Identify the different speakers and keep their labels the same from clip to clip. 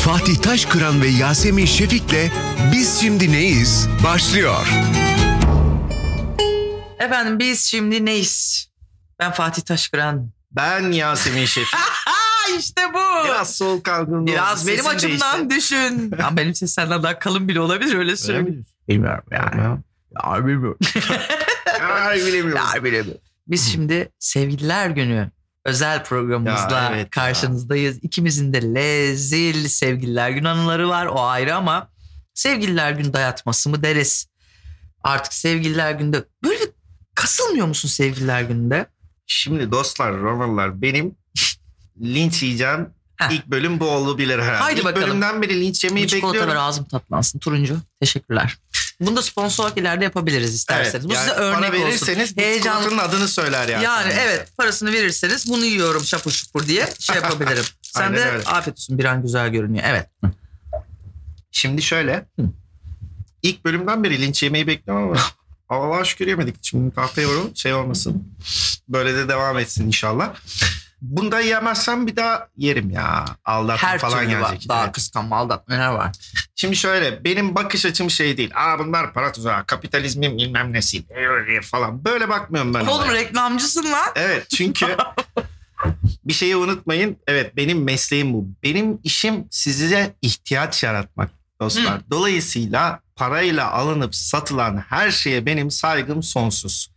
Speaker 1: Fatih Taşkıran ve Yasemin Şefik'le Biz Şimdi Neyiz başlıyor.
Speaker 2: Efendim biz şimdi neyiz? Ben Fatih Taşkıran.
Speaker 3: Ben Yasemin Şefik.
Speaker 2: Ha işte bu. Biraz,
Speaker 3: Biraz sol kalgınlığı. oldu.
Speaker 2: benim
Speaker 3: Sesim
Speaker 2: açımdan
Speaker 3: değişti.
Speaker 2: düşün. Ya benim ses senden daha kalın bile olabilir öyle
Speaker 3: Öyle
Speaker 2: söyleyeyim.
Speaker 3: mi? Bilmiyorum yani. Ay bilmiyorum. Ay bilemiyorum.
Speaker 2: Ya bilemiyorum. Biz şimdi Sevgililer Günü özel programımızla
Speaker 3: Ya evet ya.
Speaker 2: karşınızdayız. İkimizin de lezil Sevgililer Günü anıları var o ayrı ama Sevgililer Günü dayatması mı deriz? Artık Sevgililer Günü'nde böyle kasılmıyor musun Sevgililer Günü'nde?
Speaker 3: Şimdi dostlar, romanlar benim linç yiyeceğim
Speaker 2: Heh.
Speaker 3: ilk bölüm bu olabilir herhalde.
Speaker 2: Haydi
Speaker 3: ilk
Speaker 2: bakalım.
Speaker 3: bölümden beri linç yemeyi
Speaker 2: Bu çikolata ver
Speaker 3: bekliyorum.
Speaker 2: ağzım tatlansın. Turuncu. Teşekkürler. Bunu da sponsor olarak ileride yapabiliriz isterseniz. Bu
Speaker 3: yani
Speaker 2: size
Speaker 3: bana
Speaker 2: örnek olsun.
Speaker 3: verirseniz bu çikolatanın adını söyler yani.
Speaker 2: Yani evet parasını verirseniz bunu yiyorum şapur şupur diye şey yapabilirim. Sen
Speaker 3: Aynen
Speaker 2: de
Speaker 3: öyle.
Speaker 2: afiyet olsun bir an güzel görünüyor. Evet.
Speaker 3: Şimdi şöyle.
Speaker 2: Hı.
Speaker 3: İlk bölümden beri linç yemeyi bekliyorum ama Allah'a şükür yemedik. Şimdi kahve yorulun şey olmasın. Böyle de devam etsin inşallah. Bunda yemezsem bir daha yerim ya. Aldatma
Speaker 2: Her
Speaker 3: falan
Speaker 2: türlü var.
Speaker 3: gelecek.
Speaker 2: Daha
Speaker 3: Evet.
Speaker 2: kıskanma aldatma neler var.
Speaker 3: Şimdi şöyle benim bakış açım şey değil. Aa bunlar para tuzağı, kapitalizmin bilmem nesi ee, falan. Böyle bakmıyorum ben.
Speaker 2: Oğlum
Speaker 3: olaya.
Speaker 2: reklamcısın lan.
Speaker 3: Evet çünkü bir şeyi unutmayın. Evet benim mesleğim bu. Benim işim size ihtiyaç yaratmak dostlar. Dolayısıyla parayla alınıp satılan her şeye benim saygım sonsuz.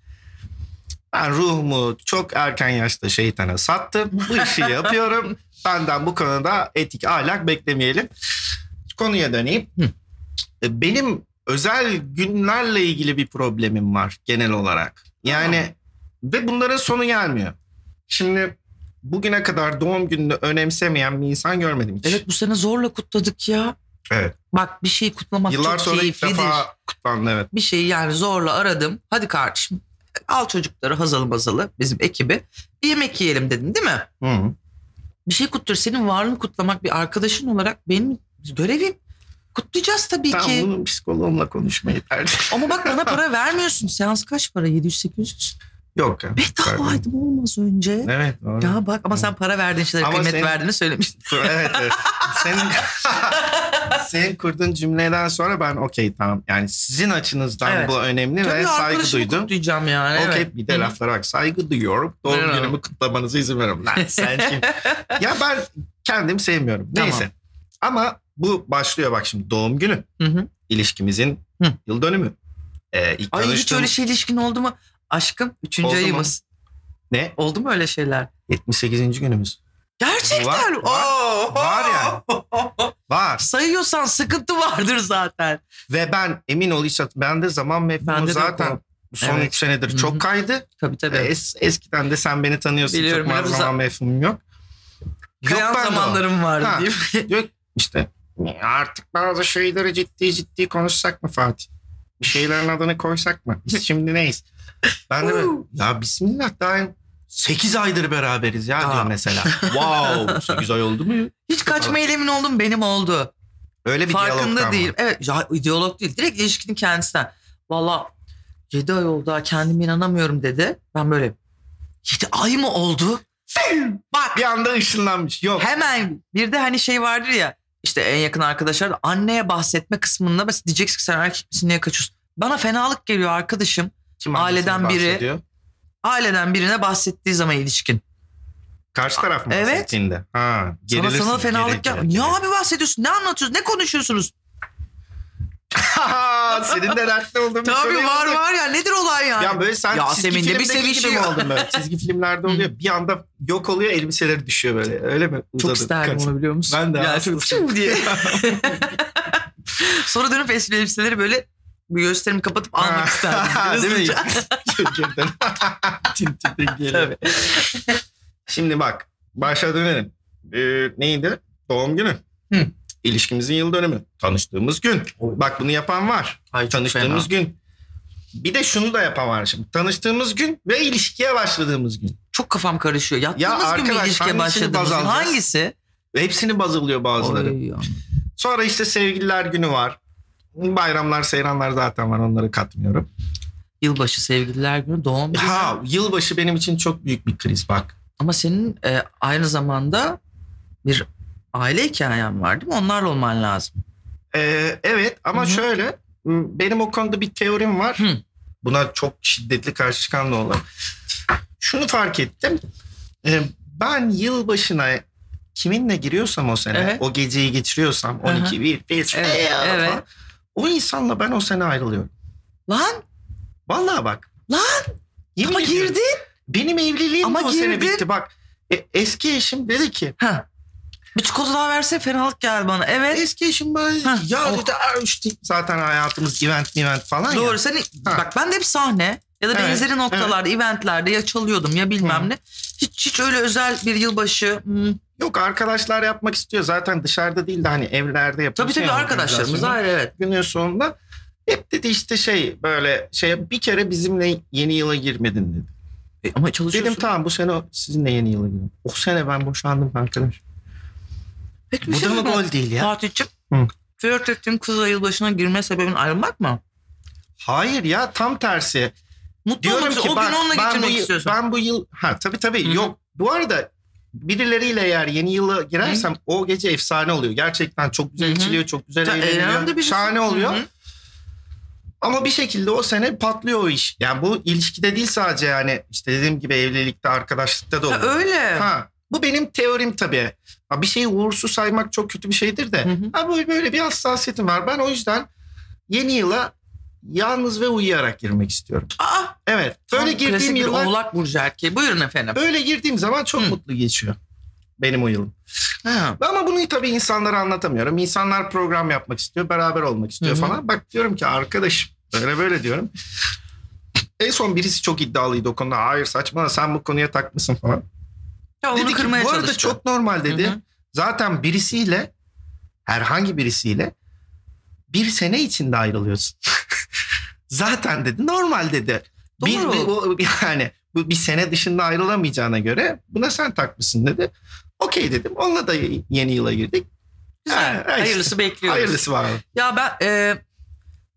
Speaker 3: Ben ruhumu çok erken yaşta şeytana sattım. Bu işi yapıyorum. Benden bu konuda etik ahlak beklemeyelim. Konuya döneyim.
Speaker 2: Hı.
Speaker 3: E, Benim özel günlerle ilgili bir problemim var genel olarak. Yani ve bunların sonu gelmiyor. Şimdi bugüne kadar doğum gününü önemsemeyen bir insan görmedim hiç.
Speaker 2: Evet bu sene zorla kutladık ya.
Speaker 3: Evet.
Speaker 2: Bak bir şeyi kutlamak
Speaker 3: Yıllar
Speaker 2: çok
Speaker 3: sonra ilk
Speaker 2: keyiflidir.
Speaker 3: defa kutlandı evet.
Speaker 2: bir şeyi yani zorla aradım. Hadi kardeşim al çocukları hazalı mazalı bizim ekibi. Bir yemek yiyelim dedin değil mi?
Speaker 3: Hı.
Speaker 2: Bir şey kutluyor. Senin varlığını kutlamak bir arkadaşın olarak benim görevim. Kutlayacağız tabii
Speaker 3: Tam
Speaker 2: ki.
Speaker 3: bunu psikoloğumla konuşmayı tercih.
Speaker 2: Ama bak bana para vermiyorsun. Seans kaç para? 700-800.
Speaker 3: Yok ya.
Speaker 2: Bedavaydı bu olmaz önce.
Speaker 3: Evet doğru.
Speaker 2: Ya bak ama sen para verdiğin şeylere
Speaker 3: Ama
Speaker 2: kıymet
Speaker 3: senin-
Speaker 2: verdiğini söylemiştin.
Speaker 3: evet evet. Senin, senin kurduğun cümleden sonra ben okey tamam. Yani sizin açınızdan
Speaker 2: Evet.
Speaker 3: bu önemli ve
Speaker 2: Tabii
Speaker 3: saygı
Speaker 2: arkadaşımı
Speaker 3: duydum.
Speaker 2: kutlayacağım yani.
Speaker 3: Okey
Speaker 2: evet.
Speaker 3: bir de laflara bak saygı duyuyorum. Doğum
Speaker 2: Buyurun.
Speaker 3: günümü kutlamanıza izin veriyorum. Lan sen kim? ya ben kendim sevmiyorum.
Speaker 2: Tamam.
Speaker 3: Neyse. Ama bu başlıyor bak şimdi doğum günü.
Speaker 2: Hı hı.
Speaker 3: ilişkimizin
Speaker 2: Hı.
Speaker 3: yıl dönümü. Ee, ilk
Speaker 2: Ay hiç
Speaker 3: tanıştığım-
Speaker 2: öyle şey ilişkin oldu mu? Aşkım 3.
Speaker 3: Oldu mu?
Speaker 2: ayımız.
Speaker 3: Ne?
Speaker 2: Oldu mu öyle şeyler?
Speaker 3: 78. günümüz.
Speaker 2: Gerçekten.
Speaker 3: Var, var,
Speaker 2: Oo.
Speaker 3: var yani. Var.
Speaker 2: Sayıyorsan sıkıntı vardır zaten.
Speaker 3: Ve ben emin ol hiç hat- bende zaman
Speaker 2: Bende
Speaker 3: mefhumu
Speaker 2: de
Speaker 3: zaten
Speaker 2: yok
Speaker 3: son
Speaker 2: Evet.
Speaker 3: 3 senedir
Speaker 2: Hı hı.
Speaker 3: çok kaydı.
Speaker 2: Tabii tabii.
Speaker 3: Ee, es- eskiden de sen beni tanıyorsun
Speaker 2: Biliyorum,
Speaker 3: çok
Speaker 2: biraz
Speaker 3: fazla
Speaker 2: da-
Speaker 3: zaman mefhumum yok.
Speaker 2: Kayan
Speaker 3: bende o.
Speaker 2: zamanlarım vardı
Speaker 3: Ha.
Speaker 2: diyeyim.
Speaker 3: Yok işte "Ne, artık bazı şeyleri ciddi ciddi konuşsak mı Fatih? Bir şeylerin adını koysak mı? Biz şimdi neyiz? Ben de böyle,
Speaker 2: Woo.
Speaker 3: ya bismillah daha 8 aydır beraberiz ya
Speaker 2: Aa.
Speaker 3: diyor mesela. wow 8 ay oldu mu?
Speaker 2: Hiç kaçma
Speaker 3: Falan.
Speaker 2: eylemin oldu mu? Benim oldu.
Speaker 3: Öyle bir
Speaker 2: Farkında
Speaker 3: diyalogdan
Speaker 2: değil.
Speaker 3: mı?
Speaker 2: Evet ya, diyalog değil. Direkt ilişkinin kendisinden. Valla 7 ay oldu ha kendime inanamıyorum dedi. Ben böyle 7 ay mı oldu? Bak
Speaker 3: Bir anda ışınlanmış. Yok.
Speaker 2: hemen bir de hani şey vardır ya işte en yakın arkadaşlar da anneye bahsetme kısmında mesela diyeceksin ki sen erkek misin niye kaçıyorsun? Bana fenalık geliyor arkadaşım.
Speaker 3: Kim
Speaker 2: aileden
Speaker 3: annesinden
Speaker 2: biri-
Speaker 3: bahsediyor?
Speaker 2: Aileden birine bahsettiği zaman ilişkin.
Speaker 3: Karşı taraf mı
Speaker 2: Evet.
Speaker 3: bahsettiğinde? Ha,
Speaker 2: Sana
Speaker 3: gerilirsin,
Speaker 2: sana fenalık
Speaker 3: gelir,
Speaker 2: gel.
Speaker 3: gelir,
Speaker 2: Niye
Speaker 3: gelir.
Speaker 2: abi bahsediyorsun? Ne anlatıyorsun? Ne konuşuyorsunuz?
Speaker 3: Senin de dertli olduğun bir
Speaker 2: Tabii
Speaker 3: konu
Speaker 2: var
Speaker 3: yok.
Speaker 2: var ya. Nedir olay yani?
Speaker 3: Ya böyle sen
Speaker 2: Yasemin'de bir
Speaker 3: çizgi filmdeki gibi mi
Speaker 2: sevişiyor.
Speaker 3: oldun böyle? Çizgi filmlerde oluyor. bir anda yok oluyor elbiseleri düşüyor böyle. Öyle mi?
Speaker 2: Çok
Speaker 3: Uzadı.
Speaker 2: isterdim
Speaker 3: Kaç-
Speaker 2: onu biliyor musun?
Speaker 3: Ben de
Speaker 2: Yani
Speaker 3: aslında.
Speaker 2: çok "Fiu" diye. Sonra dönüp eski elbiseleri böyle bir gösterimi kapatıp almak isterdim.
Speaker 3: Ha, Değil mi?
Speaker 2: Hızlıca.
Speaker 3: Çocukken. Tintin'den geliyor.
Speaker 2: Tabii.
Speaker 3: Şimdi bak başa dönelim. Ee, neydi? Doğum günü.
Speaker 2: Hı.
Speaker 3: İlişkimizin yıl dönümü. Tanıştığımız gün. Bak bunu yapan var.
Speaker 2: Ay, çok
Speaker 3: Tanıştığımız
Speaker 2: fena.
Speaker 3: gün. Bir de şunu da yapan var şimdi. Tanıştığımız gün ve ilişkiye başladığımız gün.
Speaker 2: Çok kafam karışıyor. Yattığımız
Speaker 3: Ya
Speaker 2: gün bir
Speaker 3: arkadaş,
Speaker 2: ilişkiye
Speaker 3: hangisini
Speaker 2: başladığımız
Speaker 3: baz
Speaker 2: gün
Speaker 3: alacağız?
Speaker 2: hangisi?
Speaker 3: Hepsini bazılıyor bazıları.
Speaker 2: Oy, ya.
Speaker 3: Sonra işte sevgililer günü var. Bayramlar, seyranlar zaten var. Onları katmıyorum.
Speaker 2: Yılbaşı sevgililer günü doğum günü.
Speaker 3: Ha, yılbaşı benim için çok büyük bir kriz bak.
Speaker 2: Ama senin e, aynı zamanda bir aile hikayem var değil mi? Onlarla olman lazım.
Speaker 3: Ee, evet ama
Speaker 2: Hı hı.
Speaker 3: şöyle m, benim o konuda bir teorim var.
Speaker 2: Hı.
Speaker 3: Buna çok şiddetli karşı çıkan da olan. Şunu fark ettim. Ee, ben yılbaşına kiminle giriyorsam o sene,
Speaker 2: Evet.
Speaker 3: o geceyi geçiriyorsam
Speaker 2: Hı hı.
Speaker 3: 12 1 5
Speaker 2: Evet,
Speaker 3: evet,
Speaker 2: evet.
Speaker 3: O insanla ben o sene ayrılıyorum.
Speaker 2: Lan
Speaker 3: Vallahi bak.
Speaker 2: Lan!
Speaker 3: Yemin
Speaker 2: ama
Speaker 3: ediyorum.
Speaker 2: girdin.
Speaker 3: Benim evliliğim
Speaker 2: Ama
Speaker 3: de o sene
Speaker 2: girdin.
Speaker 3: bitti bak. E, eski eşim dedi ki
Speaker 2: Ha. Bir çikolata daha verse fenalık geldi bana. Evet.
Speaker 3: eski eşim böyle
Speaker 2: Hah,
Speaker 3: ya
Speaker 2: oh.
Speaker 3: dedi "Aa, işte zaten hayatımız event event falan ya.
Speaker 2: Doğru. Seni,
Speaker 3: Ha.
Speaker 2: bak ben de hep sahne ya da
Speaker 3: Evet,
Speaker 2: benzeri noktalarda, eventlerde ya çalıyordum ya bilmem
Speaker 3: Hı.
Speaker 2: ne. Hiç hiç öyle özel bir yılbaşı. hmm,
Speaker 3: Yok arkadaşlar yapmak istiyor. Zaten dışarıda değil de hani evlerde yapıyor.
Speaker 2: Tabii tabii arkadaşlarımız. Hayır evet.
Speaker 3: Günün sonunda hep dedi işte şey böyle şey bir kere bizimle yeni yıla girmedin dedi.
Speaker 2: E, ama
Speaker 3: Dedim
Speaker 2: çalışıyorsun.
Speaker 3: tamam bu sene sizinle yeni yıla girdim. O sene ben boşandım arkadaş.
Speaker 2: Peki bir
Speaker 3: Bu
Speaker 2: şey
Speaker 3: da mı
Speaker 2: mi?
Speaker 3: gol değil ya?
Speaker 2: Fatih'ciğim.
Speaker 3: Hı.
Speaker 2: Flört ettiğim kızla yılbaşına girme sebebin ayrılmak mı?
Speaker 3: Hayır ya tam tersi.
Speaker 2: Mutlu
Speaker 3: Diyorum
Speaker 2: olmak
Speaker 3: ki
Speaker 2: üzere o
Speaker 3: bak,
Speaker 2: gün onunla
Speaker 3: ben, bu
Speaker 2: geçirmek
Speaker 3: yıl,
Speaker 2: istiyorsun.
Speaker 3: ben bu yıl ha tabii tabii
Speaker 2: Hı hı.
Speaker 3: yok. Bu arada birileriyle eğer yeni yıla girersem o gece efsane oluyor. Gerçekten çok güzel
Speaker 2: Hı hı.
Speaker 3: içiliyor, çok güzel
Speaker 2: Ta- eğlendi
Speaker 3: eğleniyor.
Speaker 2: birisi.
Speaker 3: Şahane oluyor.
Speaker 2: Hı hı.
Speaker 3: Ama bir şekilde o sene patlıyor o iş. Yani bu ilişkide değil sadece yani işte dediğim gibi evlilikte, arkadaşlıkta da
Speaker 2: Ha,
Speaker 3: oluyor.
Speaker 2: öyle.
Speaker 3: Ha, bu benim teorim tabii. Ha, bir şeyi uğursuz saymak çok kötü bir şeydir de.
Speaker 2: Hı hı.
Speaker 3: Ha, böyle, böyle bir hassasiyetim var. Ben o yüzden yeni yıla yalnız ve uyuyarak girmek istiyorum.
Speaker 2: Aa,
Speaker 3: Evet. Böyle
Speaker 2: tam klasik
Speaker 3: girdiğim
Speaker 2: bir
Speaker 3: yıllar
Speaker 2: Oğlak Burcu erkeği. Buyurun efendim.
Speaker 3: böyle girdiğim zaman çok
Speaker 2: Hı.
Speaker 3: mutlu geçiyor. Benim o yılım.
Speaker 2: Ha.
Speaker 3: Ama bunu tabii insanlara anlatamıyorum. İnsanlar program yapmak istiyor, beraber olmak istiyor
Speaker 2: Hı hı.
Speaker 3: falan. Bak diyorum ki arkadaşım böyle böyle diyorum. En son birisi çok iddialıydı o konuda. Hayır saçmalama sen bu konuya takmışsın falan.
Speaker 2: Ya onu
Speaker 3: Dedi ki,
Speaker 2: kırmaya
Speaker 3: bu arada
Speaker 2: çalıştı.
Speaker 3: çok normal dedi.
Speaker 2: Hı hı.
Speaker 3: Zaten birisiyle herhangi birisiyle bir sene içinde ayrılıyorsun. Zaten dedi normal dedi. Bir,
Speaker 2: Doğru.
Speaker 3: bir- o- yani bu bir sene dışında ayrılamayacağına göre buna sen takmışsın dedi. Okey dedim. Onunla da yeni yıla girdik.
Speaker 2: Güzel.
Speaker 3: Ha, ha işte.
Speaker 2: Hayırlısı bekliyoruz.
Speaker 3: Hayırlısı var.
Speaker 2: Ya ben e,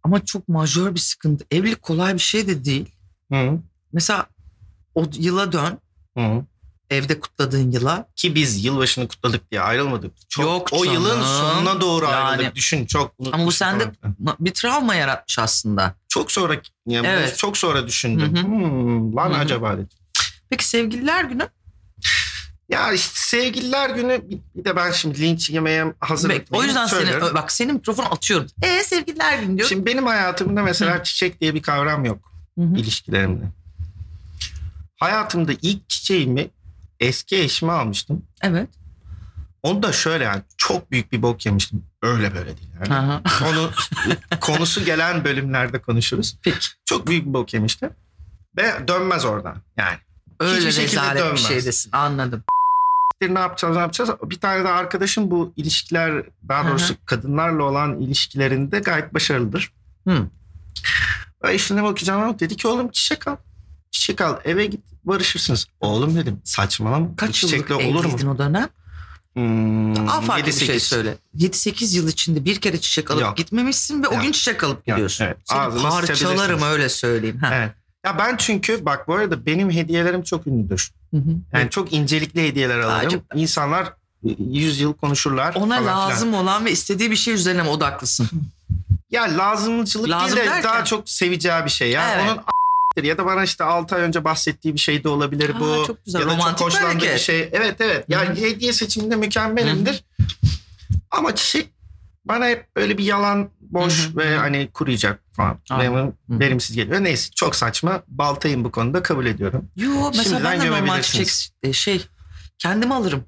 Speaker 2: ama çok majör bir sıkıntı. Evlilik kolay bir şey de değil.
Speaker 3: Hı,
Speaker 2: Mesela o yıla dön.
Speaker 3: hı.
Speaker 2: Evde kutladığın yıla.
Speaker 3: Ki biz yılbaşını kutladık diye ayrılmadık. Çok,
Speaker 2: Yok
Speaker 3: o yılın
Speaker 2: canım.
Speaker 3: sonuna doğru
Speaker 2: Yani-
Speaker 3: ayrıldık. Düşün çok.
Speaker 2: Ama bu sende- bir travma yaratmış aslında.
Speaker 3: Çok sonra yani
Speaker 2: Evet.
Speaker 3: çok sonra düşündüm.
Speaker 2: Hı hı.
Speaker 3: Hmm, lan
Speaker 2: Hı hı.
Speaker 3: acaba dedim.
Speaker 2: Peki sevgililer günü?
Speaker 3: Ya işte sevgililer günü bir de ben şimdi linç yemeye hazırım.
Speaker 2: Bek- o yüzden seni
Speaker 3: Söylüyorum.
Speaker 2: bak senin mikrofonu atıyorum. E sevgililer günü diyor.
Speaker 3: Şimdi benim hayatımda mesela çiçek diye bir kavram yok
Speaker 2: Hı hı.
Speaker 3: ilişkilerimde. Hayatımda ilk çiçeğimi eski eşime almıştım.
Speaker 2: Evet.
Speaker 3: Onu da şöyle yani çok büyük bir bok yemiştim. Öyle böyle değil. Yani.
Speaker 2: Aha.
Speaker 3: Onu konusu gelen bölümlerde konuşuruz.
Speaker 2: Peki.
Speaker 3: Çok büyük bir bok yemiştim. Ve dönmez oradan yani.
Speaker 2: Öyle
Speaker 3: şekilde
Speaker 2: rezalet bir
Speaker 3: dönmez.
Speaker 2: şeydesin. Anladım.
Speaker 3: Bir Ne yapacağız ne yapacağız. Bir tane de arkadaşım bu ilişkiler daha
Speaker 2: Hı hı.
Speaker 3: doğrusu kadınlarla olan ilişkilerinde gayet başarılıdır.
Speaker 2: Hı.
Speaker 3: Ve işine bakacağım ama dedi ki oğlum çiçek al. Çiçek al eve git barışırsınız. Oğlum dedim saçmalama.
Speaker 2: Kaç
Speaker 3: Bu çiçekle
Speaker 2: yıllık
Speaker 3: olur mu?
Speaker 2: evliydin o dönem?
Speaker 3: Hmm,
Speaker 2: Aa, farklı bir
Speaker 3: 7-8.
Speaker 2: şey söyle. 7-8 yıl içinde bir kere çiçek alıp
Speaker 3: Yok.
Speaker 2: gitmemişsin ve o
Speaker 3: Yok.
Speaker 2: gün çiçek alıp
Speaker 3: Yok,
Speaker 2: gidiyorsun.
Speaker 3: evet.
Speaker 2: Seni
Speaker 3: Ağzıma
Speaker 2: parçalarım
Speaker 3: sıçabilirsiniz.
Speaker 2: öyle söyleyeyim. Ha.
Speaker 3: Evet. Ya ben çünkü bak bu arada benim hediyelerim çok ünlüdür.
Speaker 2: Hı hı.
Speaker 3: Yani çok incelikli hediyeler alırım.
Speaker 2: Acaba-
Speaker 3: İnsanlar 100 yıl konuşurlar.
Speaker 2: Ona
Speaker 3: falan filan.
Speaker 2: lazım olan ve istediği bir şey üzerine mi odaklısın?
Speaker 3: Ya lazımcılık
Speaker 2: Lazım
Speaker 3: değil de
Speaker 2: derken?
Speaker 3: daha çok seveceği bir şey ya.
Speaker 2: Evet.
Speaker 3: Onun a**tir ya da bana işte 6 ay önce bahsettiği bir şey de olabilir
Speaker 2: Aa,
Speaker 3: bu.
Speaker 2: çok güzel,
Speaker 3: ya da
Speaker 2: romantik bir
Speaker 3: çok hoşlandığı bir
Speaker 2: hareket.
Speaker 3: şey. Evet evet. Ya
Speaker 2: Hı hı.
Speaker 3: hediye seçiminde mükemmelimdir. Ama çiçek bana hep böyle bir yalan boş
Speaker 2: Hı hı,
Speaker 3: ve
Speaker 2: hı hı.
Speaker 3: hani kuruyacak falan.
Speaker 2: Aynen.
Speaker 3: Benim,
Speaker 2: hı.
Speaker 3: verimsiz geliyor. Neyse çok saçma. Baltayım bu konuda kabul ediyorum.
Speaker 2: Yo mesela
Speaker 3: Şimdiden
Speaker 2: ben de normal çiçek
Speaker 3: gömebilirsiniz.
Speaker 2: e, şey kendimi alırım.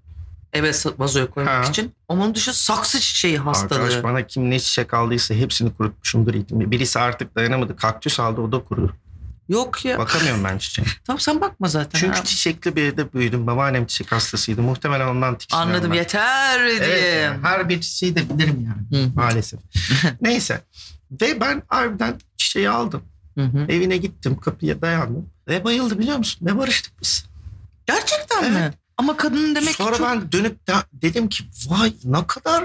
Speaker 2: Eve sa- vazoya koymak
Speaker 3: Ha.
Speaker 2: için. Ama onun dışı saksı çiçeği hastalığı.
Speaker 3: Arkadaş bana kim ne çiçek aldıysa hepsini kurutmuşumdur. Birisi artık dayanamadı. Kaktüs aldı o da kuru.
Speaker 2: Yok ya.
Speaker 3: Bakamıyorum ben çiçeğe.
Speaker 2: Tamam sen bakma zaten.
Speaker 3: Çünkü
Speaker 2: ha.
Speaker 3: çiçekli bir evde büyüdüm. Babaannem çiçek hastasıydı. Muhtemelen ondan tiksiniyorum.
Speaker 2: Anladım
Speaker 3: ben.
Speaker 2: yeter diye.
Speaker 3: Evet, yani her bir çiçeği de bilirim yani.
Speaker 2: Hı.
Speaker 3: Maalesef. Neyse. Ve ben harbiden çiçeği aldım.
Speaker 2: Hı hı.
Speaker 3: Evine gittim. Kapıya dayandım. Ve bayıldı biliyor musun? Ve barıştık biz.
Speaker 2: Gerçekten mi? Ama kadının demek
Speaker 3: Sonra
Speaker 2: ki çok...
Speaker 3: ben dönüp de dedim ki vay ne kadar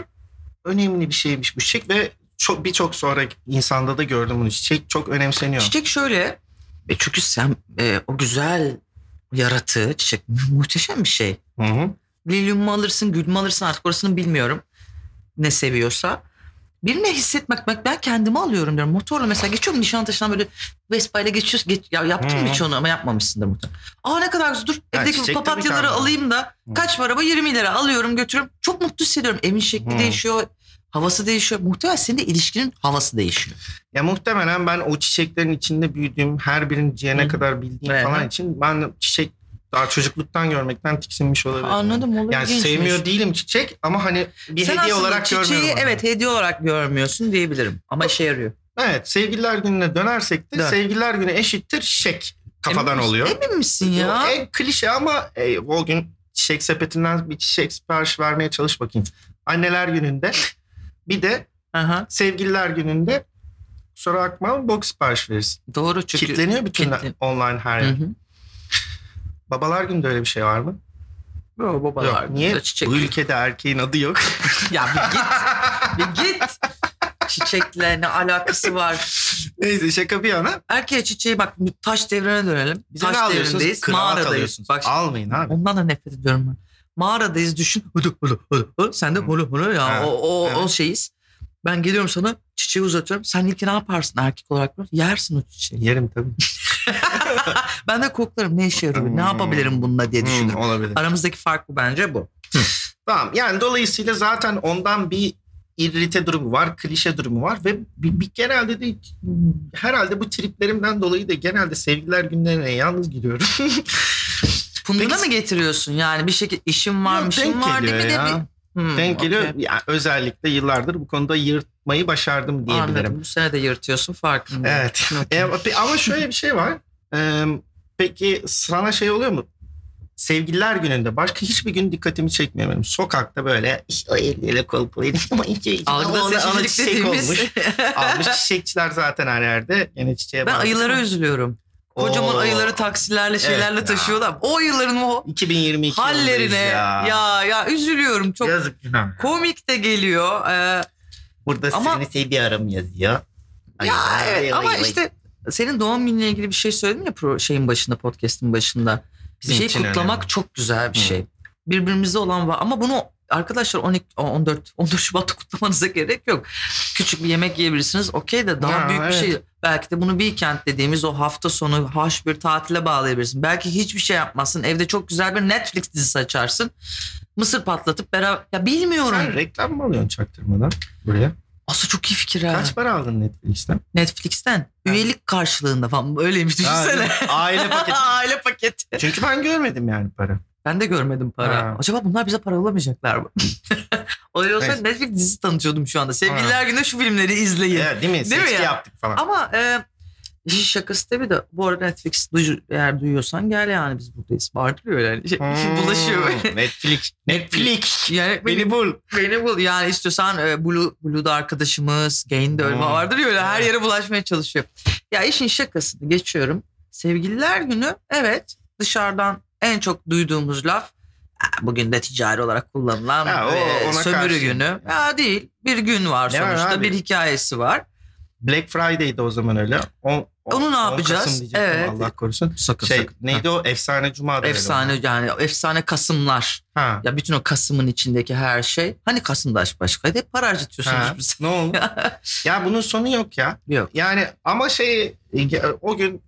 Speaker 3: önemli bir şeymiş bu çiçek ve çok birçok sonra insanda da gördüm bunu. Çiçek çok önemseniyor.
Speaker 2: Çiçek şöyle. E çünkü sen e, o güzel yaratığı çiçek muhteşem bir şey.
Speaker 3: Hı hı.
Speaker 2: lilyum mu alırsın, gül mü alırsın artık orasını bilmiyorum. Ne seviyorsa. Birine hissetmek bak ben kendimi alıyorum diyorum. Motorla mesela geçiyorum Nişantaşı'ndan böyle Vespa ile geçiyorsun. Geç, ya yaptın mı
Speaker 3: Hı.
Speaker 2: hiç onu ama yapmamışsındır muhtemelen. Aa ne kadar güzel dur
Speaker 3: Ya
Speaker 2: evdeki
Speaker 3: çiçek de mi
Speaker 2: papatyaları
Speaker 3: kaldı?
Speaker 2: alayım da
Speaker 3: Hı.
Speaker 2: kaç para bu 20 lira alıyorum götürüyorum. Çok mutlu hissediyorum. Evin şekli
Speaker 3: Hı.
Speaker 2: değişiyor. Havası değişiyor. Muhtemelen senin de ilişkinin havası değişiyor.
Speaker 3: Ya muhtemelen ben o çiçeklerin içinde büyüdüğüm her birini
Speaker 2: Hı.
Speaker 3: cihana kadar bildiğim
Speaker 2: Evet.
Speaker 3: falan için ben çiçek daha çocukluktan görmekten tiksinmiş olabilirim.
Speaker 2: Anladım olur.
Speaker 3: Yani
Speaker 2: ilginçmiş.
Speaker 3: sevmiyor değilim çiçek ama hani bir
Speaker 2: Sen
Speaker 3: hediye
Speaker 2: aslında
Speaker 3: olarak
Speaker 2: çiçeği,
Speaker 3: görmüyorum. onu.
Speaker 2: Evet hediye olarak görmüyorsun diyebilirim. Ama işe yarıyor.
Speaker 3: Evet sevgililer gününe dönersek de
Speaker 2: Dön.
Speaker 3: sevgililer günü eşittir şek kafadan
Speaker 2: Emin misin-
Speaker 3: oluyor.
Speaker 2: Emin misin ya?
Speaker 3: Bu En klişe ama e, o gün çiçek sepetinden bir çiçek sipariş vermeye çalış bakayım. Anneler gününde bir de
Speaker 2: Aha,
Speaker 3: sevgililer gününde kusura bakma ama box sipariş verirsin.
Speaker 2: doğru çünkü.
Speaker 3: Kitleniyor bütün
Speaker 2: kitle-
Speaker 3: online her
Speaker 2: Hı
Speaker 3: yer.
Speaker 2: hı.
Speaker 3: Babalar günde öyle bir şey var mı?
Speaker 2: Yo, babalar
Speaker 3: Yok. Niye?
Speaker 2: da Çiçek.
Speaker 3: Bu ülkede erkeğin adı yok.
Speaker 2: Ya bir git. bir git. Çiçekle ne alakası var?
Speaker 3: Neyse şaka bir yana.
Speaker 2: Erkeğe çiçeği bak taş devrine dönelim.
Speaker 3: Bize ne
Speaker 2: taş
Speaker 3: alıyorsunuz? Kravat alıyorsunuz.
Speaker 2: Bak
Speaker 3: Almayın abi.
Speaker 2: Ondan da nefret ediyorum ben. Mağaradayız düşün. Hulu hulu hulu hulu. Sen de hulu hulu ya.
Speaker 3: Ha,
Speaker 2: o, o, o
Speaker 3: evet.
Speaker 2: şeyiz. Ben geliyorum sana çiçeği uzatıyorum. Sen ilk ne yaparsın erkek olarak? biliyor musun? Yersin o çiçeği.
Speaker 3: Yerim tabii.
Speaker 2: Ben de koklarım ne işe yarıyor? Ne
Speaker 3: Hmm.
Speaker 2: yapabilirim bununla diye
Speaker 3: Hmm,
Speaker 2: düşünürüm.
Speaker 3: olabilir.
Speaker 2: Aramızdaki fark bu bence bu.
Speaker 3: Tamam yani dolayısıyla zaten ondan bir irrite durumu var, klişe durumu var ve bir, bir genelde de herhalde bu triplerimden dolayı da genelde sevgililer günlerine yalnız giriyorum.
Speaker 2: Punduna
Speaker 3: Peki-
Speaker 2: mı getiriyorsun yani? Bir şekilde işim
Speaker 3: Yok,
Speaker 2: varmış, işim
Speaker 3: denk
Speaker 2: var diye
Speaker 3: geliyor
Speaker 2: bir de
Speaker 3: ya.
Speaker 2: bir... Hmm,
Speaker 3: Denk geliyor.
Speaker 2: okey.
Speaker 3: Ya, özellikle yıllardır bu konuda yırtmayı başardım diyebilirim.
Speaker 2: Anladım. Bu sene de yırtıyorsun farkındayım.
Speaker 3: Evet.
Speaker 2: Okey.
Speaker 3: E, pe- ama şöyle bir şey var. Ee, peki sana şey oluyor mu? Sevgililer gününde başka hiçbir gün dikkatimi çekmiyor benim. Sokakta böyle "İş, o eliyle kol kola yedik ama iki iki
Speaker 2: Algıda
Speaker 3: ona- şey ona
Speaker 2: seçicilik
Speaker 3: çiçek
Speaker 2: dediğimiz...
Speaker 3: Almış çiçekçiler zaten her yerde. Yine çiçeğe
Speaker 2: ben
Speaker 3: bağlı.
Speaker 2: ayılara üzülüyorum. Kocaman
Speaker 3: Oo,
Speaker 2: ayıları taksilerle şeylerle
Speaker 3: Evet ya.
Speaker 2: taşıyorlar. O ayıların o
Speaker 3: 2022 yılındayız
Speaker 2: hallerine ya.
Speaker 3: ya.
Speaker 2: ya üzülüyorum çok.
Speaker 3: Yazık günah.
Speaker 2: Komik de geliyor. Ee,
Speaker 3: Burada
Speaker 2: Ama-
Speaker 3: seni seviyorum yazıyor.
Speaker 2: ya
Speaker 3: Ayılar,
Speaker 2: evet
Speaker 3: ayılar,
Speaker 2: ama
Speaker 3: ayılar.
Speaker 2: işte senin doğum gününe ilgili bir şey söyledim ya pro şeyin başında podcast'in başında. Bir
Speaker 3: Bizim
Speaker 2: şey
Speaker 3: için
Speaker 2: kutlamak
Speaker 3: önemli.
Speaker 2: çok güzel bir
Speaker 3: Hı.
Speaker 2: şey. Birbirimize olan var ama bunu arkadaşlar 12 14 14 Şubat'ta kutlamanıza gerek yok. Küçük bir yemek yiyebilirsiniz. Okey de daha
Speaker 3: Ha,
Speaker 2: büyük bir
Speaker 3: evet.
Speaker 2: şey. Belki de bunu weekend dediğimiz o hafta sonu haş bir tatile bağlayabilirsin. Belki hiçbir şey yapmazsın. Evde çok güzel bir Netflix dizisi açarsın. Mısır patlatıp beraber ya bilmiyorum.
Speaker 3: Sen reklam mı alıyorsun çaktırmadan buraya?
Speaker 2: Aslında çok iyi fikir ha.
Speaker 3: Kaç para aldın Netflix'ten?
Speaker 2: Netflix'ten
Speaker 3: Ha.
Speaker 2: üyelik karşılığında falan öyleymiş düşünsene.
Speaker 3: Ha, Aile paketi.
Speaker 2: Aile paketi.
Speaker 3: Çünkü ben görmedim yani para.
Speaker 2: Ben de görmedim para.
Speaker 3: Ha.
Speaker 2: Acaba bunlar bize para olamayacaklar mı? Öyle olsa
Speaker 3: Neyse.
Speaker 2: Netflix dizisi tanıtıyordum şu anda. Sevgililer günü şu filmleri izleyin.
Speaker 3: Ya, değil mi?
Speaker 2: Değil mi
Speaker 3: Seçki
Speaker 2: ya?
Speaker 3: yaptık falan.
Speaker 2: Ama e, işin şakası tabii de bu arada Netflix duyu- eğer duyuyorsan gel yani biz buradayız. Vardır ya öyle hani şey,
Speaker 3: Hmm,
Speaker 2: bulaşıyor.
Speaker 3: Netflix. Netflix.
Speaker 2: yani beni,
Speaker 3: Beni bul.
Speaker 2: beni bul. Yani istiyorsan e, Blue, Blue'da arkadaşımız, Gain'de ölme
Speaker 3: Hmm.
Speaker 2: vardır ya öyle her yere bulaşmaya çalışıyor. Ya işin şakasını geçiyorum. Sevgililer günü evet dışarıdan en çok duyduğumuz laf "Aa, bugün de ticari olarak kullanılan
Speaker 3: Ha, o-
Speaker 2: e,
Speaker 3: ona
Speaker 2: sömürü
Speaker 3: karşıyım."
Speaker 2: günü. Ya değil bir gün var
Speaker 3: Ne var
Speaker 2: sonuçta
Speaker 3: abi?
Speaker 2: bir hikayesi var.
Speaker 3: Black Friday'di o zaman öyle. On, on-
Speaker 2: Onu ne
Speaker 3: on
Speaker 2: yapacağız?
Speaker 3: Kasım diyecektim,
Speaker 2: Evet.
Speaker 3: Allah korusun.
Speaker 2: Sakın
Speaker 3: Şey
Speaker 2: sakın.
Speaker 3: neydi o? Efsane Cuma da öyle
Speaker 2: Efsane
Speaker 3: oldu.
Speaker 2: yani efsane Kasımlar.
Speaker 3: Ha.
Speaker 2: Ya bütün o Kasım'ın içindeki her şey. Hani Kasım'da aşk başka. Hep para harcatıyorsunuz
Speaker 3: ha.
Speaker 2: biz.
Speaker 3: Ne oldu? ya bunun sonu yok ya.
Speaker 2: Yok.
Speaker 3: Yani ama şey o gün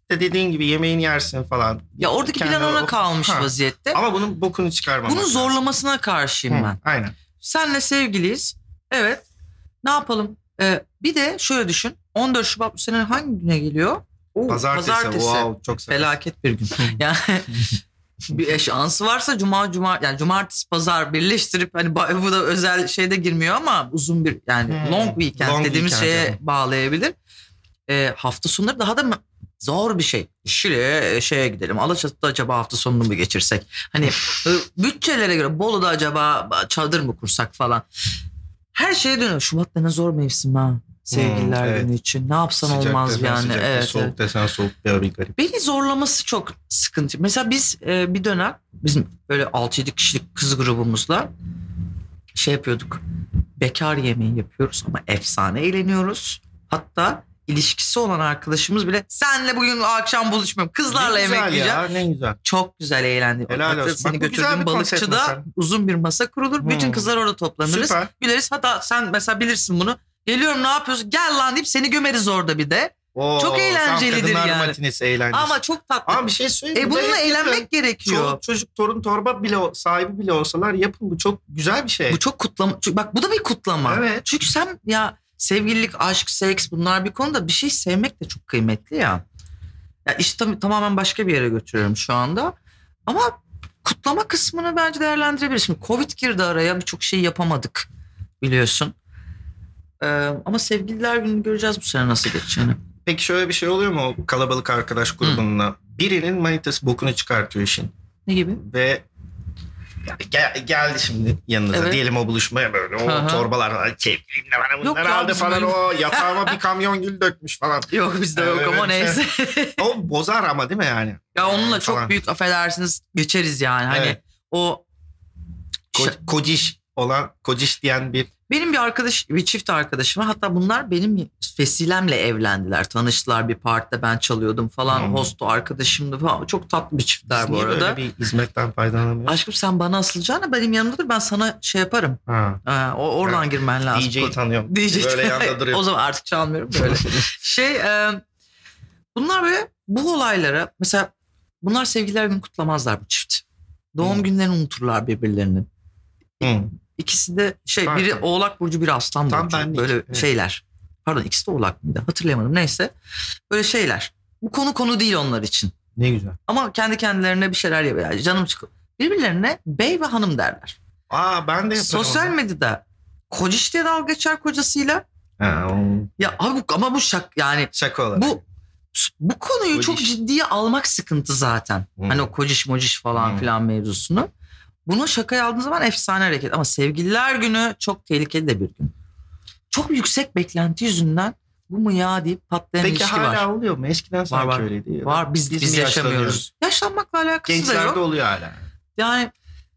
Speaker 3: işte dediğin gibi yemeğini yersin falan.
Speaker 2: Ya oradaki
Speaker 3: Kendi
Speaker 2: plan ona
Speaker 3: o-
Speaker 2: kalmış
Speaker 3: Ha.
Speaker 2: vaziyette.
Speaker 3: Ama bunun bokunu çıkarmamak
Speaker 2: Bunun
Speaker 3: lazım.
Speaker 2: zorlamasına karşıyım
Speaker 3: Hı,
Speaker 2: ben.
Speaker 3: Aynen.
Speaker 2: Senle sevgiliyiz. Evet. Ne yapalım? Ee, bir de şöyle düşün. 14 Şubat bu sene hangi güne geliyor? Oo,
Speaker 3: Pazartesi. Wow, çok sever.
Speaker 2: Felaket bir gün. yani bir e, şansı varsa cuma cuma yani cumartesi pazar birleştirip hani ba- bu da özel şeyde girmiyor ama uzun bir yani
Speaker 3: Hmm,
Speaker 2: long weekend
Speaker 3: long
Speaker 2: dediğimiz
Speaker 3: weekend,
Speaker 2: şeye
Speaker 3: evet.
Speaker 2: bağlayabilir. E, hafta sonları daha da mı- zor bir şey. Şile e, şeye gidelim. Alaçatı'da acaba hafta sonunu mu geçirsek? Hani e, bütçelere göre Bolu'da acaba çadır mı kursak falan. Her şeye dönüyor. Şubat'ta ne zor mevsim ha. Sevgililer
Speaker 3: Hmm, evet.
Speaker 2: günü için. Ne yapsan
Speaker 3: Sıcak
Speaker 2: olmaz
Speaker 3: desen
Speaker 2: yani.
Speaker 3: sıcak,
Speaker 2: evet,
Speaker 3: soğuk
Speaker 2: evet.
Speaker 3: desen soğuk ya bir garip.
Speaker 2: Beni zorlaması çok sıkıntı. Mesela biz e, bir dönem bizim böyle 6-7 kişilik kız grubumuzla şey yapıyorduk. Bekar yemeği yapıyoruz ama efsane eğleniyoruz. Hatta ilişkisi olan arkadaşımız bile senle bugün akşam buluşmuyorum. Kızlarla
Speaker 3: Ne
Speaker 2: yemek
Speaker 3: güzel
Speaker 2: yiyeceğim.
Speaker 3: ya ne güzel.
Speaker 2: Çok güzel eğlendim.
Speaker 3: Helal
Speaker 2: Hatta
Speaker 3: olsun.
Speaker 2: Seni
Speaker 3: Bak bu güzel
Speaker 2: götürdüm
Speaker 3: bir konsept
Speaker 2: balıkçıda
Speaker 3: mesela.
Speaker 2: uzun bir masa kurulur. Bütün
Speaker 3: Hmm.
Speaker 2: kızlar orada toplanırız.
Speaker 3: Süper.
Speaker 2: Güleriz. Hatta sen mesela bilirsin bunu. Geliyorum ne yapıyorsun? Gel lan deyip seni gömeriz orada bir de.
Speaker 3: Oo,
Speaker 2: Çok
Speaker 3: tam
Speaker 2: eğlencelidir
Speaker 3: kadınlar
Speaker 2: yani.
Speaker 3: matinesi eğlencesi.
Speaker 2: Ama çok tatlı.
Speaker 3: Ama bir şey söyleyeyim.
Speaker 2: e
Speaker 3: mi?
Speaker 2: bununla
Speaker 3: Gayet güzel.
Speaker 2: eğlenmek gerekiyor.
Speaker 3: Çoluk, çocuk, torun, torba bile o- sahibi bile olsalar yapın bu çok güzel bir şey.
Speaker 2: Bu çok kutlama. Çünkü bak bu da bir kutlama.
Speaker 3: Evet.
Speaker 2: Çünkü sen ya sevgililik, aşk, seks bunlar bir konu da bir şey sevmek de çok kıymetli ya. Ya işi tam, tamamen başka bir yere götürüyorum şu anda. Ama kutlama kısmını bence değerlendirebiliriz. Şimdi Covid girdi araya birçok şey yapamadık biliyorsun. Ee, ama sevgililer gününü göreceğiz bu sene nasıl geçeceğini.
Speaker 3: Peki şöyle bir şey oluyor mu o kalabalık arkadaş grubunla? Birinin manitası bokunu çıkartıyor işin.
Speaker 2: Ne gibi?
Speaker 3: Ve Ya gel, geldi şimdi yanınıza.
Speaker 2: Evet.
Speaker 3: Diyelim o buluşmaya böyle o
Speaker 2: Aha.
Speaker 3: torbalar keyifliğimle bana
Speaker 2: Yok
Speaker 3: bunları
Speaker 2: ya,
Speaker 3: aldı
Speaker 2: bizim
Speaker 3: falan.
Speaker 2: öyle-
Speaker 3: O yatağıma bir kamyon gül dökmüş falan.
Speaker 2: Yok bizde yok
Speaker 3: Evet,
Speaker 2: ama
Speaker 3: evet,
Speaker 2: neyse.
Speaker 3: O bozar ama değil mi yani?
Speaker 2: ya onunla çok
Speaker 3: Falan.
Speaker 2: büyük affedersiniz geçeriz yani. Hani
Speaker 3: Evet.
Speaker 2: o
Speaker 3: Ko- kociş olan, kociş diyen bir
Speaker 2: Benim bir arkadaş, bir çift arkadaşım var. Hatta bunlar benim vesilemle evlendiler. Tanıştılar bir partide ben çalıyordum falan.
Speaker 3: Hmm.
Speaker 2: Hostu arkadaşımdı falan. Çok tatlı bir çiftler
Speaker 3: Biz
Speaker 2: bu
Speaker 3: niye
Speaker 2: arada.
Speaker 3: böyle bir hizmetten faydalanamıyoruz?
Speaker 2: Aşkım sen bana asılacağına benim yanımda dur ben sana şey yaparım.
Speaker 3: Ha.
Speaker 2: Ha, o, oradan girmen lazım.
Speaker 3: DJ'yi tanıyorum.
Speaker 2: DJ
Speaker 3: Böyle yanda duruyor.
Speaker 2: o zaman artık çalmıyorum böyle. şey e, bunlar böyle bu olaylara mesela bunlar sevgililer günü kutlamazlar bu çift. Doğum
Speaker 3: Hmm.
Speaker 2: günlerini unuturlar birbirlerinin.
Speaker 3: Hı.
Speaker 2: İkisi de şey
Speaker 3: Farklı.
Speaker 2: biri Oğlak burcu biri Aslan
Speaker 3: Tam
Speaker 2: burcu.
Speaker 3: benlik,
Speaker 2: böyle
Speaker 3: evet.
Speaker 2: şeyler. Pardon ikisi de Oğlak mıydı? Hatırlayamadım neyse. Böyle şeyler. Bu konu konu değil onlar için.
Speaker 3: Ne güzel.
Speaker 2: Ama kendi kendilerine bir şeyler yapıyor. Yani canım çıkıyor. Birbirlerine bey ve hanım derler.
Speaker 3: Aa ben de yaparım
Speaker 2: Sosyal
Speaker 3: onu.
Speaker 2: medyada kociş diye dalga geçer kocasıyla.
Speaker 3: Ha, o-
Speaker 2: Ya abi bu- ama bu şak yani
Speaker 3: Şaka olarak.
Speaker 2: bu bu konuyu
Speaker 3: Kociş.
Speaker 2: çok ciddiye almak sıkıntı zaten.
Speaker 3: Hmm.
Speaker 2: Hani o kociş mociş falan
Speaker 3: Hmm.
Speaker 2: filan mevzusunu. Bunu şakaya aldığın zaman efsane hareket. Ama sevgililer günü çok tehlikeli de bir gün. Çok yüksek beklenti yüzünden bu mu ya deyip patlayan
Speaker 3: Peki
Speaker 2: ilişki
Speaker 3: hala
Speaker 2: şey var.
Speaker 3: oluyor mu? Eskiden sanki
Speaker 2: var.
Speaker 3: öyleydi. ya.
Speaker 2: Var biz, biz,
Speaker 3: mi yaşlanıyoruz?
Speaker 2: yaşamıyoruz. Yaşlanmakla alakası da yok.
Speaker 3: Gençlerde oluyor hala.
Speaker 2: Yani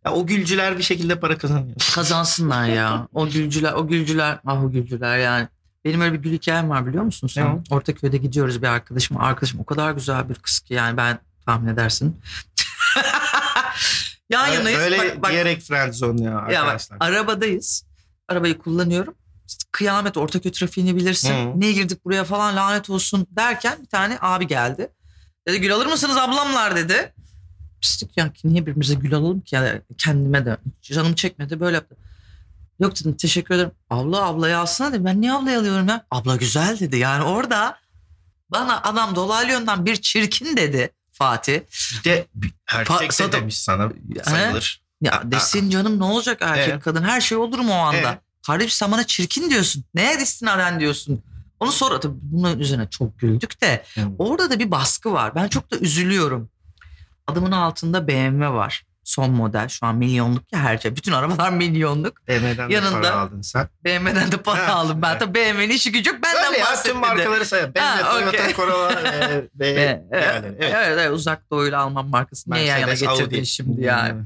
Speaker 3: Ya, o gülcüler bir şekilde para kazanıyor.
Speaker 2: kazansınlar ya. O gülcüler, o gülcüler, ah o gülcüler yani. Benim öyle bir gül hikayem var biliyor musun sen?
Speaker 3: Ne o?
Speaker 2: Ortaköy'de gidiyoruz bir arkadaşım. Arkadaşım o kadar güzel bir kız ki yani ben tahmin edersin. Yan yanayız.
Speaker 3: Böyle
Speaker 2: bak, bak,
Speaker 3: diyerek friend zone ya
Speaker 2: Ya bak,
Speaker 3: arkadaşlar.
Speaker 2: arabadayız. Arabayı kullanıyorum. Kıyamet Ortaköy trafiğini bilirsin.
Speaker 3: Hı.
Speaker 2: Niye girdik buraya falan lanet olsun derken bir tane abi geldi. Dedi gül alır mısınız ablamlar dedi. Pislik ya ki niye birbirimize gül alalım ki yani kendime de canım çekmedi böyle yaptı. Yok dedim teşekkür ederim. Abla ablayı alsana dedi. Ben niye ablayı alıyorum ya? Abla güzel dedi. Yani orada bana adam dolaylı yönden bir çirkin dedi Fatih.
Speaker 3: bir de erkek de
Speaker 2: Satın-
Speaker 3: demiş sana sayılır.
Speaker 2: Ya desin canım ne olacak erkek
Speaker 3: Ee?
Speaker 2: kadın her şey olur mu o anda?
Speaker 3: Ee?
Speaker 2: Kardeşim sen bana çirkin diyorsun. Neye istinaden diyorsun? Onu sonra tabii bunun üzerine çok güldük de
Speaker 3: Hı.
Speaker 2: orada da bir baskı var. Ben çok da üzülüyorum. Adamın altında BMW var. Son model şu an milyonluk ya her şey. Bütün arabalar milyonluk.
Speaker 3: DM'den de
Speaker 2: Yanında-
Speaker 3: para aldın sen.
Speaker 2: BMW'den de para
Speaker 3: Ha,
Speaker 2: aldım ben.
Speaker 3: evet.
Speaker 2: Tabii BMW'nin işi gücü yok. Benden
Speaker 3: Öyle ya
Speaker 2: bahsetmedi.
Speaker 3: tüm markaları sayın. Benz,
Speaker 2: Ha,
Speaker 3: Toyota,
Speaker 2: okey.
Speaker 3: Corolla e, ve
Speaker 2: Ve- evet,
Speaker 3: diğerleri.
Speaker 2: evet.
Speaker 3: Evet.
Speaker 2: evet, uzak doğuyla Alman markasını niye yan yana
Speaker 3: Mercedes,
Speaker 2: getirdin
Speaker 3: Audi.
Speaker 2: şimdi yani?
Speaker 3: Hmm.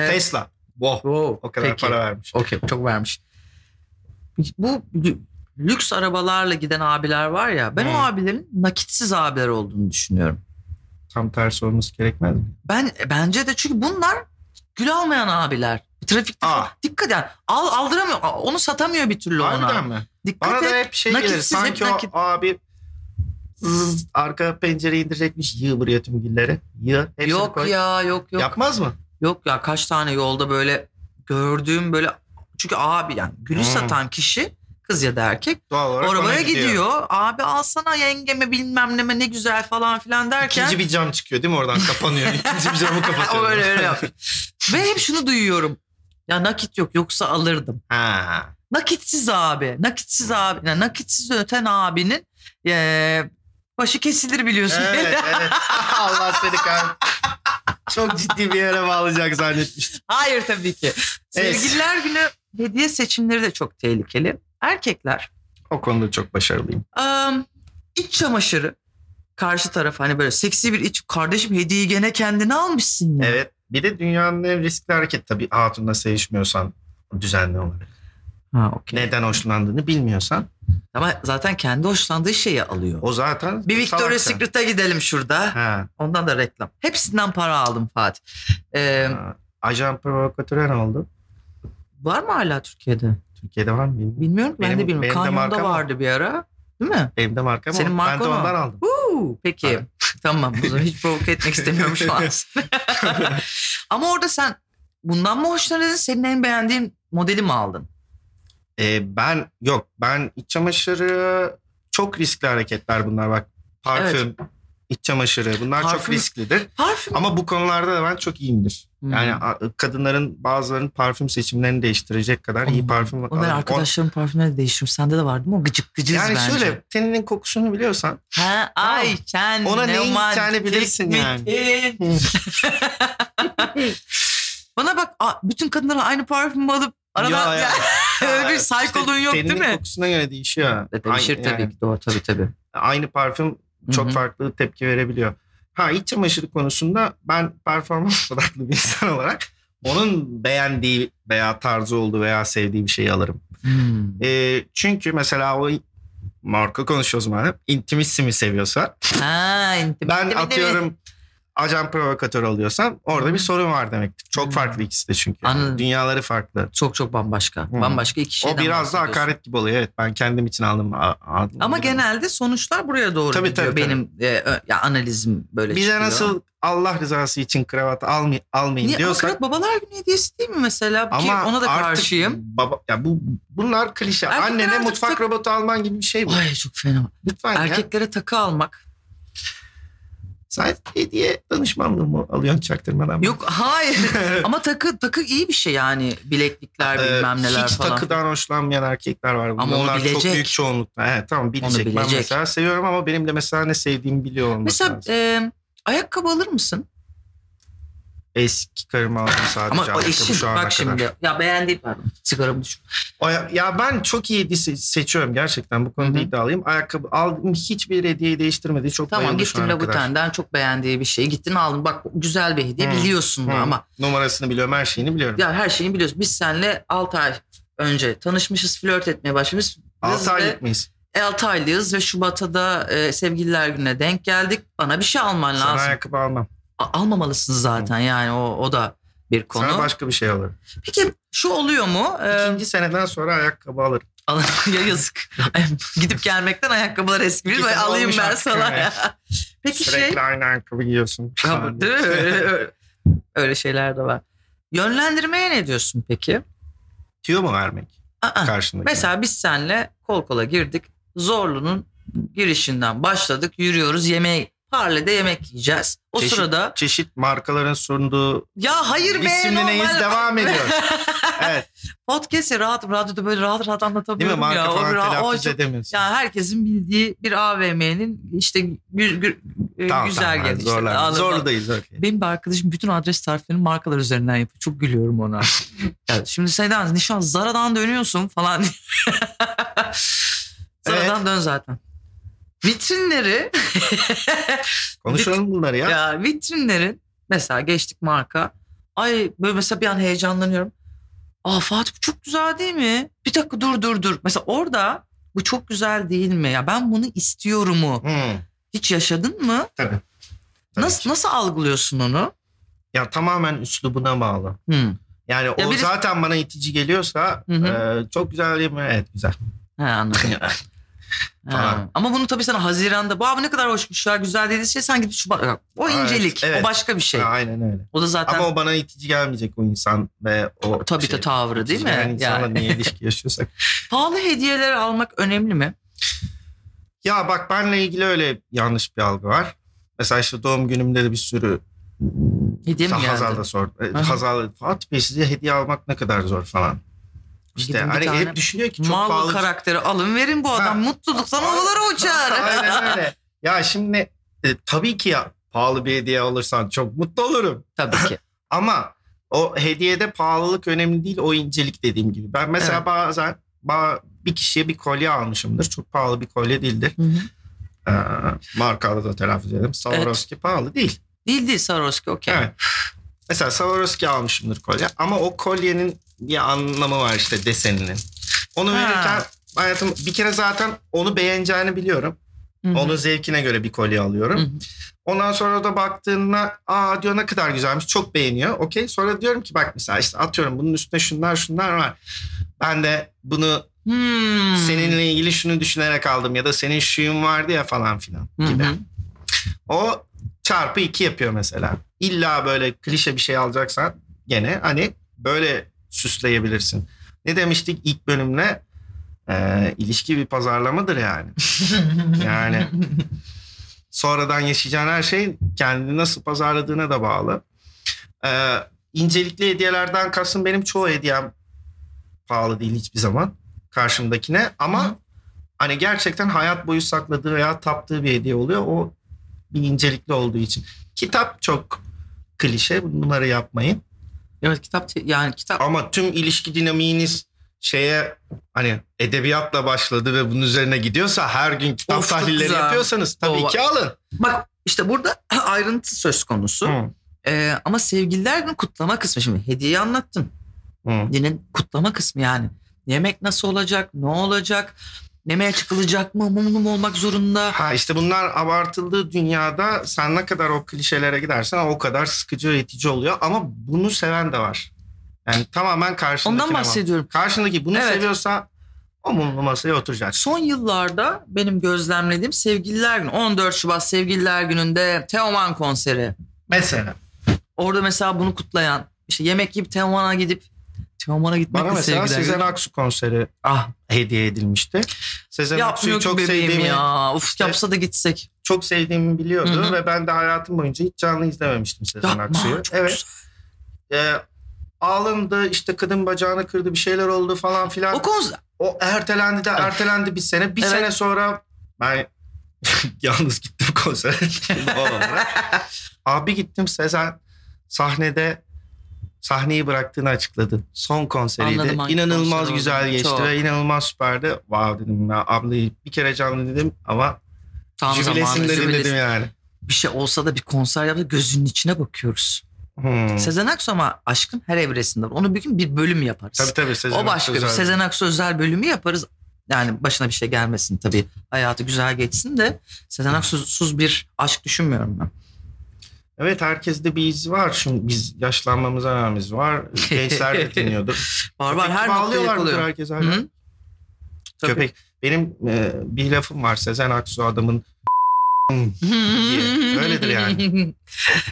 Speaker 2: Ee,
Speaker 3: Tesla. Wow.
Speaker 2: wow,
Speaker 3: O kadar
Speaker 2: peki.
Speaker 3: para vermiş.
Speaker 2: Okey çok vermiş. Bu lü- lüks arabalarla giden abiler var ya ben
Speaker 3: Hı.
Speaker 2: o abilerin nakitsiz abiler olduğunu düşünüyorum.
Speaker 3: Tam tersi olması gerekmez mi?
Speaker 2: Ben bence de çünkü bunlar gül almayan abiler. Trafikte
Speaker 3: Aa.
Speaker 2: falan- dikkat yani al aldıramıyor a- onu satamıyor bir türlü
Speaker 3: Harbiden
Speaker 2: ona.
Speaker 3: mi? Bana
Speaker 2: Dikkat
Speaker 3: da
Speaker 2: et.
Speaker 3: hep şey
Speaker 2: Nakitsiz
Speaker 3: gelir. Sanki
Speaker 2: hep
Speaker 3: o
Speaker 2: nakit.
Speaker 3: abi zzz, arka pencereyi indirecekmiş. Yığ buraya tüm gülleri. Yığ. Hepsini
Speaker 2: Yok
Speaker 3: koy.
Speaker 2: ya yok yok.
Speaker 3: Yapmaz mı?
Speaker 2: Yok ya kaç tane yolda böyle gördüğüm böyle çünkü abi yani gülü
Speaker 3: Hı.
Speaker 2: satan kişi kız ya da erkek
Speaker 3: Doğal olarak Hmm. ona
Speaker 2: arabaya
Speaker 3: gidiyor.
Speaker 2: gidiyor. Abi alsana yengeme bilmem neme ne güzel falan filan derken.
Speaker 3: İkinci bir cam çıkıyor değil mi oradan kapanıyor. İkinci bir camı kapatıyor.
Speaker 2: O öyle öyle yapıyor. Ve hep şunu duyuyorum. Ya nakit yok yoksa alırdım.
Speaker 3: ha.
Speaker 2: Nakitsiz abi, nakitsiz abi, yani nakitsiz öten abinin eee, başı kesilir biliyorsun.
Speaker 3: Evet evet. Allah seni kahretsin. Çok ciddi bir yere bağlayacak zannetmiştim.
Speaker 2: Hayır tabii ki.
Speaker 3: Evet.
Speaker 2: Sevgililer günü hediye seçimleri de çok tehlikeli. Erkekler
Speaker 3: O konuda çok başarılıyım.
Speaker 2: Am, iç çamaşırı karşı taraf hani böyle seksi bir iç kardeşim hediyeyi gene kendine almışsın ya.
Speaker 3: Evet. Bir de dünyanın en riskli hareketi tabii hatunla sevişmiyorsan düzenli olarak.
Speaker 2: Ha, okey.
Speaker 3: Neden hoşlandığını bilmiyorsan
Speaker 2: Ama zaten kendi hoşlandığı şeyi alıyor.
Speaker 3: o zaten
Speaker 2: Bir Victoria
Speaker 3: salakça.
Speaker 2: Secret'a gidelim şurada.
Speaker 3: Ha,
Speaker 2: Ondan da reklam. Hepsinden para aldım Fatih. Ee,
Speaker 3: ha. Ajan provokatöre ne oldu?
Speaker 2: var mı hala Türkiye'de?
Speaker 3: Türkiye'de var mı bilmiyorum.
Speaker 2: Bilmiyorum. ben
Speaker 3: Benim-
Speaker 2: de bilmiyorum.
Speaker 3: benim de
Speaker 2: Kanyon'da
Speaker 3: marka mı?
Speaker 2: vardı bir ara. Değil mi?
Speaker 3: Benim de markam
Speaker 2: Senin
Speaker 3: o. Ben
Speaker 2: markan
Speaker 3: de
Speaker 2: o.
Speaker 3: ondan aldım.
Speaker 2: Huu, peki.
Speaker 3: Evet.
Speaker 2: Tamam. O zaman hiç provoke etmek istemiyorum şu an. Ama orada sen bundan mı hoşlanırdın? Senin en beğendiğin modeli mi aldın?
Speaker 3: Ee, ben yok ben iç çamaşırı çok riskli hareketler bunlar bak. Parfüm, iç çamaşırı bunlar çok
Speaker 2: Parfüm-
Speaker 3: risklidir.
Speaker 2: Parfüm.
Speaker 3: Ama bu konularda da ben çok iyiyimdir. Yani
Speaker 2: Hmm.
Speaker 3: a- kadınların bazılarının parfüm seçimlerini değiştirecek kadar iyi
Speaker 2: Aman.
Speaker 3: parfüm.
Speaker 2: Onu ben
Speaker 3: alırım.
Speaker 2: arkadaşlarımın parfümleri de değiştiriyorum. Sende de var değil mi? O gıcık
Speaker 3: O-
Speaker 2: gıcız
Speaker 3: Yani
Speaker 2: bence.
Speaker 3: şöyle teninin kokusunu biliyorsan
Speaker 2: Ha, ay sen
Speaker 3: Ona
Speaker 2: ne
Speaker 3: neyin
Speaker 2: romantik
Speaker 3: gideceğini bilirsin yani.
Speaker 2: misin? Bana bak a, bütün kadınlara aynı parfümü alıp arada
Speaker 3: Ya, ya.
Speaker 2: Öyle bir
Speaker 3: İşte
Speaker 2: psikoloğun yok değil
Speaker 3: Teninin
Speaker 2: mi?
Speaker 3: kokusuna göre değişiyor.
Speaker 2: E, değişir
Speaker 3: Aynı-
Speaker 2: tabii
Speaker 3: yani
Speaker 2: ki doğru tabii tabii.
Speaker 3: aynı parfüm çok
Speaker 2: Hı hı.
Speaker 3: farklı tepki verebiliyor. Ha iç çamaşırı konusunda ben performans odaklı bir insan olarak onun beğendiği veya tarzı olduğu veya sevdiği bir şeyi alırım.
Speaker 2: Hmm.
Speaker 3: Ee, çünkü mesela o marka konuşuyoruz madem. Intimissimi seviyorsa
Speaker 2: Ha, intim,
Speaker 3: ben
Speaker 2: intim, intim.
Speaker 3: atıyorum ajan provokatör oluyorsam orada
Speaker 2: Hı.
Speaker 3: bir sorun var demektir. Çok
Speaker 2: Hı.
Speaker 3: farklı ikisi de çünkü.
Speaker 2: Anladım.
Speaker 3: Dünyaları farklı.
Speaker 2: Çok çok bambaşka.
Speaker 3: Hı.
Speaker 2: Bambaşka iki şeyden
Speaker 3: o biraz da
Speaker 2: bahsediyorsun.
Speaker 3: hakaret gibi oluyor. Evet ben kendim için aldım. a- aldım.
Speaker 2: Ama
Speaker 3: Bilmiyorum.
Speaker 2: genelde sonuçlar buraya doğru
Speaker 3: Tabii,
Speaker 2: gidiyor.
Speaker 3: tabii, tabii.
Speaker 2: Benim e, ö- ya analizim böyle
Speaker 3: Bize
Speaker 2: çıkıyor.
Speaker 3: nasıl Allah rızası için kravat almay almayın
Speaker 2: Niye
Speaker 3: diyorsak
Speaker 2: akrep babalar günü hediyesi değil mi mesela? Ki
Speaker 3: ama
Speaker 2: ona da
Speaker 3: artık
Speaker 2: karşıyım.
Speaker 3: Baba ya bu bunlar klişe.
Speaker 2: Erkekler
Speaker 3: Annene
Speaker 2: artık
Speaker 3: mutfak
Speaker 2: çok-
Speaker 3: robotu alman gibi bir şey bu.
Speaker 2: Ay çok fena.
Speaker 3: Lütfen ya.
Speaker 2: Erkeklere takı almak.
Speaker 3: Sen hediye danışmanlığı mı alıyorsun çaktırmadan?
Speaker 2: Yok hayır. Ama takı takı iyi bir şey yani. Bileklikler
Speaker 3: Ee,
Speaker 2: bilmem neler
Speaker 3: Hiç
Speaker 2: falan.
Speaker 3: takıdan hoşlanmayan erkekler var.
Speaker 2: Ama onu
Speaker 3: Onlar çok
Speaker 2: bilecek.
Speaker 3: büyük çoğunlukla. Evet, tamam bilecek.
Speaker 2: bilecek.
Speaker 3: Ben mesela seviyorum ama benim de mesela ne sevdiğimi biliyor olması
Speaker 2: Mesela
Speaker 3: lazım.
Speaker 2: e, ayakkabı alır mısın?
Speaker 3: Eski karımı aldım sadece
Speaker 2: Ama o
Speaker 3: ayakkabı
Speaker 2: işin
Speaker 3: şu ana
Speaker 2: bak
Speaker 3: kadar.
Speaker 2: şimdi. Ya beğendiğim pardon. Sigaramı düşün.
Speaker 3: O Ya, ya ben çok iyi hediye se- seçiyorum gerçekten bu konuda
Speaker 2: Hı hı.
Speaker 3: iddialıyım. Ayakkabı aldım hiçbir hediyeyi değiştirmedi. Çok
Speaker 2: Tamam
Speaker 3: bayıldım şu
Speaker 2: gittin
Speaker 3: ana kadar.
Speaker 2: Labuten'den çok beğendiği bir şey. Gittin aldın. Bak güzel bir hediye
Speaker 3: Hı.
Speaker 2: biliyorsun da
Speaker 3: Hı.
Speaker 2: ama
Speaker 3: Numarasını biliyorum her şeyini biliyorum.
Speaker 2: ya her şeyi biliyorsun. Biz seninle 6 ay önce tanışmışız, flört etmeye başlamışız. Kız
Speaker 3: 6
Speaker 2: ve-
Speaker 3: aylık mıyız?
Speaker 2: 6 aylıyız ve Şubat'a da e, sevgililer gününe denk geldik. Bana bir şey alman
Speaker 3: Sana
Speaker 2: lazım.
Speaker 3: ayakkabı almam.
Speaker 2: A- almamalısın zaten yani o, o da bir konu.
Speaker 3: Sana başka bir şey alırım.
Speaker 2: Peki şu oluyor mu? Ee,
Speaker 3: İkinci seneden sonra ayakkabı alırım.
Speaker 2: al- ya yazık. Ay, Gidip gelmekten ayakkabılar eskimiş.
Speaker 3: İki
Speaker 2: Böyle
Speaker 3: sene
Speaker 2: alayım
Speaker 3: olmuş
Speaker 2: ben
Speaker 3: artık,
Speaker 2: sana.
Speaker 3: evet.
Speaker 2: Peki
Speaker 3: Sürekli
Speaker 2: şey.
Speaker 3: aynı ayakkabı giyiyorsun.
Speaker 2: Ya, değil mi? Öyle, öyle- öyle şeyler de var. Yönlendirmeye ne diyorsun peki?
Speaker 3: Tüyo mu vermek
Speaker 2: Aa,
Speaker 3: karşındaki?
Speaker 2: Mesela biz senle kol kola girdik. Zorlu'nun girişinden başladık. Yürüyoruz yemeğe. Parlede yemek yiyeceğiz. O
Speaker 3: Çeşit-
Speaker 2: sırada
Speaker 3: çeşit markaların sunduğu
Speaker 2: ya hayır be
Speaker 3: İsimli neyiz
Speaker 2: normal-
Speaker 3: devam ediyor. evet,
Speaker 2: Podcast'i rahat radyoda böyle rahat rahat
Speaker 3: değil mi?
Speaker 2: anlatamıyorum
Speaker 3: Marka
Speaker 2: ya. O
Speaker 3: falan
Speaker 2: bir- o
Speaker 3: telaffuz
Speaker 2: çok-
Speaker 3: edemiyorsun.
Speaker 2: ya herkesin bildiği bir AVM'nin işte gü, gü, e,
Speaker 3: tamam,
Speaker 2: güzel
Speaker 3: tamam,
Speaker 2: gel işte.
Speaker 3: zorlanma.
Speaker 2: Anladın.
Speaker 3: Zorludayız. okey.
Speaker 2: Benim bir arkadaşım bütün adres tariflerini markalar üzerinden yapıyor. Çok gülüyorum ona. ya şimdi Seydan nişan Zara'dan dönüyorsun falan. Zara'dan dön zaten. Vitrinleri
Speaker 3: Konuşalım bunları ya.
Speaker 2: ya vitrinlerin mesela geçtik marka. Ay böyle mesela bir an heyecanlanıyorum. Aa Fatih bu çok güzel değil mi? Bir dakika dur dur dur. Mesela orada bu çok güzel değil mi? Ya ben bunu istiyorumu.
Speaker 3: Hmm,
Speaker 2: Hiç yaşadın mı?
Speaker 3: tabii. Tabii
Speaker 2: Nasıl
Speaker 3: ki.
Speaker 2: nasıl algılıyorsun onu?
Speaker 3: Ya tamamen üslubuna bağlı.
Speaker 2: Hmm.
Speaker 3: Yani o
Speaker 2: birisi-
Speaker 3: zaten bana itici geliyorsa
Speaker 2: Hı hı.
Speaker 3: e, çok güzel değil mi? Evet güzel.
Speaker 2: He anladım. He.
Speaker 3: Tamam.
Speaker 2: Ama bunu tabii sana Haziran'da bu abi ne kadar hoşmuş ya güzel dediği şey sen gidip Şubat. O
Speaker 3: Evet,
Speaker 2: incelik
Speaker 3: evet.
Speaker 2: o başka bir şey.
Speaker 3: Ha, aynen öyle.
Speaker 2: O da zaten
Speaker 3: Ama o bana itici gelmeyecek o insan ve o
Speaker 2: tabii
Speaker 3: şey,
Speaker 2: de tavrı değil
Speaker 3: itici gelen
Speaker 2: mi?
Speaker 3: insanla
Speaker 2: Yani.
Speaker 3: niye ilişki yaşıyorsak.
Speaker 2: Pahalı hediyeler almak önemli mi?
Speaker 3: Ya bak benle ilgili öyle yanlış bir algı var. Mesela işte doğum günümde de bir sürü
Speaker 2: Hediye mi
Speaker 3: Mesela
Speaker 2: geldi?
Speaker 3: Hazal da sordu. E,
Speaker 2: Aha.
Speaker 3: Hazal Fatih Bey size hediye almak ne kadar zor falan. İşte
Speaker 2: Gidin bir
Speaker 3: hani
Speaker 2: tane
Speaker 3: hep düşünüyor ki çok
Speaker 2: Mal
Speaker 3: pahalı. şey
Speaker 2: karakteri alın verin bu
Speaker 3: Ha.
Speaker 2: adam mutluluktan
Speaker 3: Aynen-
Speaker 2: havalara uçar.
Speaker 3: Aynen öyle. Ya şimdi e, tabii ki ya pahalı bir hediye alırsan çok mutlu olurum.
Speaker 2: Tabii ki.
Speaker 3: Ama o hediyede pahalılık önemli değil o incelik dediğim gibi. Ben mesela
Speaker 2: Evet.
Speaker 3: bazen ba- bir kişiye bir kolye almışımdır. Çok pahalı bir kolye değildir. Ee, markalı da telaffuz edelim. Swarovski pahalı değil.
Speaker 2: Değil değil Saroski okey.
Speaker 3: Evet. Mesela Swarovski almışımdır kolye ama o kolyenin bir anlamı var işte deseninin. Onu
Speaker 2: Ha.
Speaker 3: verirken hayatım bir kere zaten onu beğeneceğini biliyorum.
Speaker 2: Hı hı.
Speaker 3: Onun zevkine göre bir kolye alıyorum.
Speaker 2: Hı hı.
Speaker 3: Ondan sonra da baktığında aa diyor ne kadar güzelmiş çok beğeniyor. Okey sonra diyorum ki bak mesela işte atıyorum bunun üstüne şunlar şunlar var. Ben de bunu
Speaker 2: Hmm.
Speaker 3: seninle ilgili şunu düşünerek aldım ya da senin şuyun vardı ya falan filan
Speaker 2: Hı
Speaker 3: gibi.
Speaker 2: hı.
Speaker 3: O çarpı iki yapıyor mesela. İlla böyle klişe bir şey alacaksan gene hani böyle süsleyebilirsin. Ne demiştik ilk bölümle? Ee, ilişki bir pazarlamadır yani. yani sonradan yaşayacağın her şey kendini nasıl pazarladığına da bağlı. Ee, incelikli hediyelerden kastım benim çoğu hediyem pahalı değil hiçbir zaman karşımdakine ama
Speaker 2: Hı.
Speaker 3: hani gerçekten hayat boyu sakladığı veya taptığı bir hediye oluyor. O bir incelikli olduğu için. Kitap çok klişe bunları yapmayın.
Speaker 2: Evet kitap yani kitap
Speaker 3: Ama tüm ilişki dinamiğiniz şeye hani edebiyatla başladı ve bunun üzerine gidiyorsa her gün kitap
Speaker 2: Of, çok
Speaker 3: tahlilleri
Speaker 2: güzel.
Speaker 3: yapıyorsanız tabii
Speaker 2: O-
Speaker 3: ki alın.
Speaker 2: bak işte burada ayrıntı söz konusu.
Speaker 3: Hı,
Speaker 2: Ee, ama sevgililer günü kutlama kısmı şimdi hediyeyi anlattın.
Speaker 3: hı.
Speaker 2: Yine kutlama kısmı yani. Yemek nasıl olacak? Ne olacak? Yemeğe çıkılacak mı? Mumlu mu olmak zorunda?
Speaker 3: Ha işte bunlar abartıldığı dünyada sen ne kadar o klişelere gidersen o kadar sıkıcı ve itici oluyor ama bunu seven de var. Yani tamamen karşındaki
Speaker 2: Ondan bahsediyorum.
Speaker 3: Karşındaki bunu
Speaker 2: Evet.
Speaker 3: seviyorsa o mumlu masaya oturacak.
Speaker 2: Son yıllarda benim gözlemlediğim sevgililer günü 14 Şubat sevgililer gününde Teoman konseri.
Speaker 3: Mesela
Speaker 2: Orada mesela bunu kutlayan işte yemek yiyip Teoman'a gidip Teoman'a gitmek
Speaker 3: bana
Speaker 2: de
Speaker 3: mesela
Speaker 2: sevgililer
Speaker 3: Sezen
Speaker 2: günü.
Speaker 3: Aksu konseri
Speaker 2: Ah
Speaker 3: hediye edilmişti. Sezen Aksu'yu
Speaker 2: yapmıyor
Speaker 3: çok
Speaker 2: çok bebeğim
Speaker 3: sevdiğimi,
Speaker 2: ya. Uf
Speaker 3: İşte-
Speaker 2: yapsa da gitsek.
Speaker 3: çok sevdiğimi biliyordu
Speaker 2: Hı hı.
Speaker 3: ve ben de hayatım boyunca hiç canlı izlememiştim Sezen
Speaker 2: Yapma,
Speaker 3: Aksu'yu.
Speaker 2: çok
Speaker 3: Evet. Ee, ağlandı işte kadın bacağını kırdı bir şeyler oldu falan filan.
Speaker 2: O konser
Speaker 3: O ertelendi de ertelendi bir sene. Bir
Speaker 2: Evet.
Speaker 3: sene sonra ben yalnız gittim konsere. Doğal olarak. Abi gittim Sezen sahnede sahneyi bıraktığını açıkladı. Son konseriydi.
Speaker 2: Anladım hangi
Speaker 3: inanılmaz
Speaker 2: konser
Speaker 3: güzel
Speaker 2: olduğunu.
Speaker 3: geçti
Speaker 2: Çok.
Speaker 3: ve inanılmaz süperdi. Wow dedim ya ablayı bir kere canlı dedim ama
Speaker 2: tam zamanı.
Speaker 3: jübilesin de
Speaker 2: jübilesin.
Speaker 3: dinledim yani.
Speaker 2: Bir şey olsa da bir konser yapsa gözünün içine bakıyoruz.
Speaker 3: Hmm.
Speaker 2: Sezen Aksu ama aşkın her evresinde. var. Onu bir gün bir bölüm yaparız.
Speaker 3: Tabii tabii Sezen
Speaker 2: o başka bir.
Speaker 3: Aksu özel.
Speaker 2: Sezen Aksu özel bölümü yaparız. Yani başına bir şey gelmesin tabii. Hayatı güzel geçsin de Sezen Aksu'suz bir aşk düşünmüyorum ben.
Speaker 3: Evet herkeste bir iz var. Şimdi biz yaşlanmamıza rağmen var. Gençler de dinliyordur.
Speaker 2: Var var her noktada
Speaker 3: Bağlıyorlar mıdır
Speaker 2: yapılıyor.
Speaker 3: herkes
Speaker 2: Hı?
Speaker 3: hala? Köpek. Benim e, bir lafım var. Sezen Aksu adamın diye. Öyledir yani.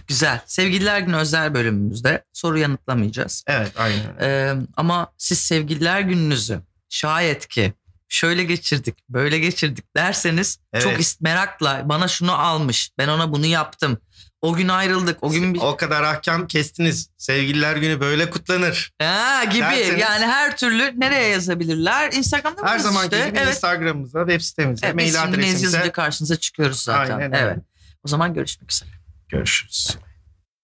Speaker 2: Güzel. Sevgililer günü özel bölümümüzde soru yanıtlamayacağız.
Speaker 3: evet aynen. öyle.
Speaker 2: Ee, ama siz sevgililer gününüzü şayet ki şöyle geçirdik, böyle geçirdik derseniz
Speaker 3: Evet.
Speaker 2: çok ist- merakla bana şunu almış, ben ona bunu yaptım. O gün ayrıldık, o gün bir...
Speaker 3: O kadar ahkam kestiniz. Sevgililer günü böyle kutlanır.
Speaker 2: Ha, gibi
Speaker 3: Derseniz-
Speaker 2: yani her türlü nereye yazabilirler? Instagram'da
Speaker 3: Her
Speaker 2: mıyız
Speaker 3: zamanki
Speaker 2: işte?
Speaker 3: gibi
Speaker 2: Evet.
Speaker 3: Instagram'ımıza, web sitemize,
Speaker 2: Evet, biz
Speaker 3: mail
Speaker 2: şimdi ne yazınca
Speaker 3: adresimize
Speaker 2: karşınıza çıkıyoruz zaten.
Speaker 3: Aynen öyle.
Speaker 2: Evet. O zaman görüşmek üzere.
Speaker 3: görüşürüz.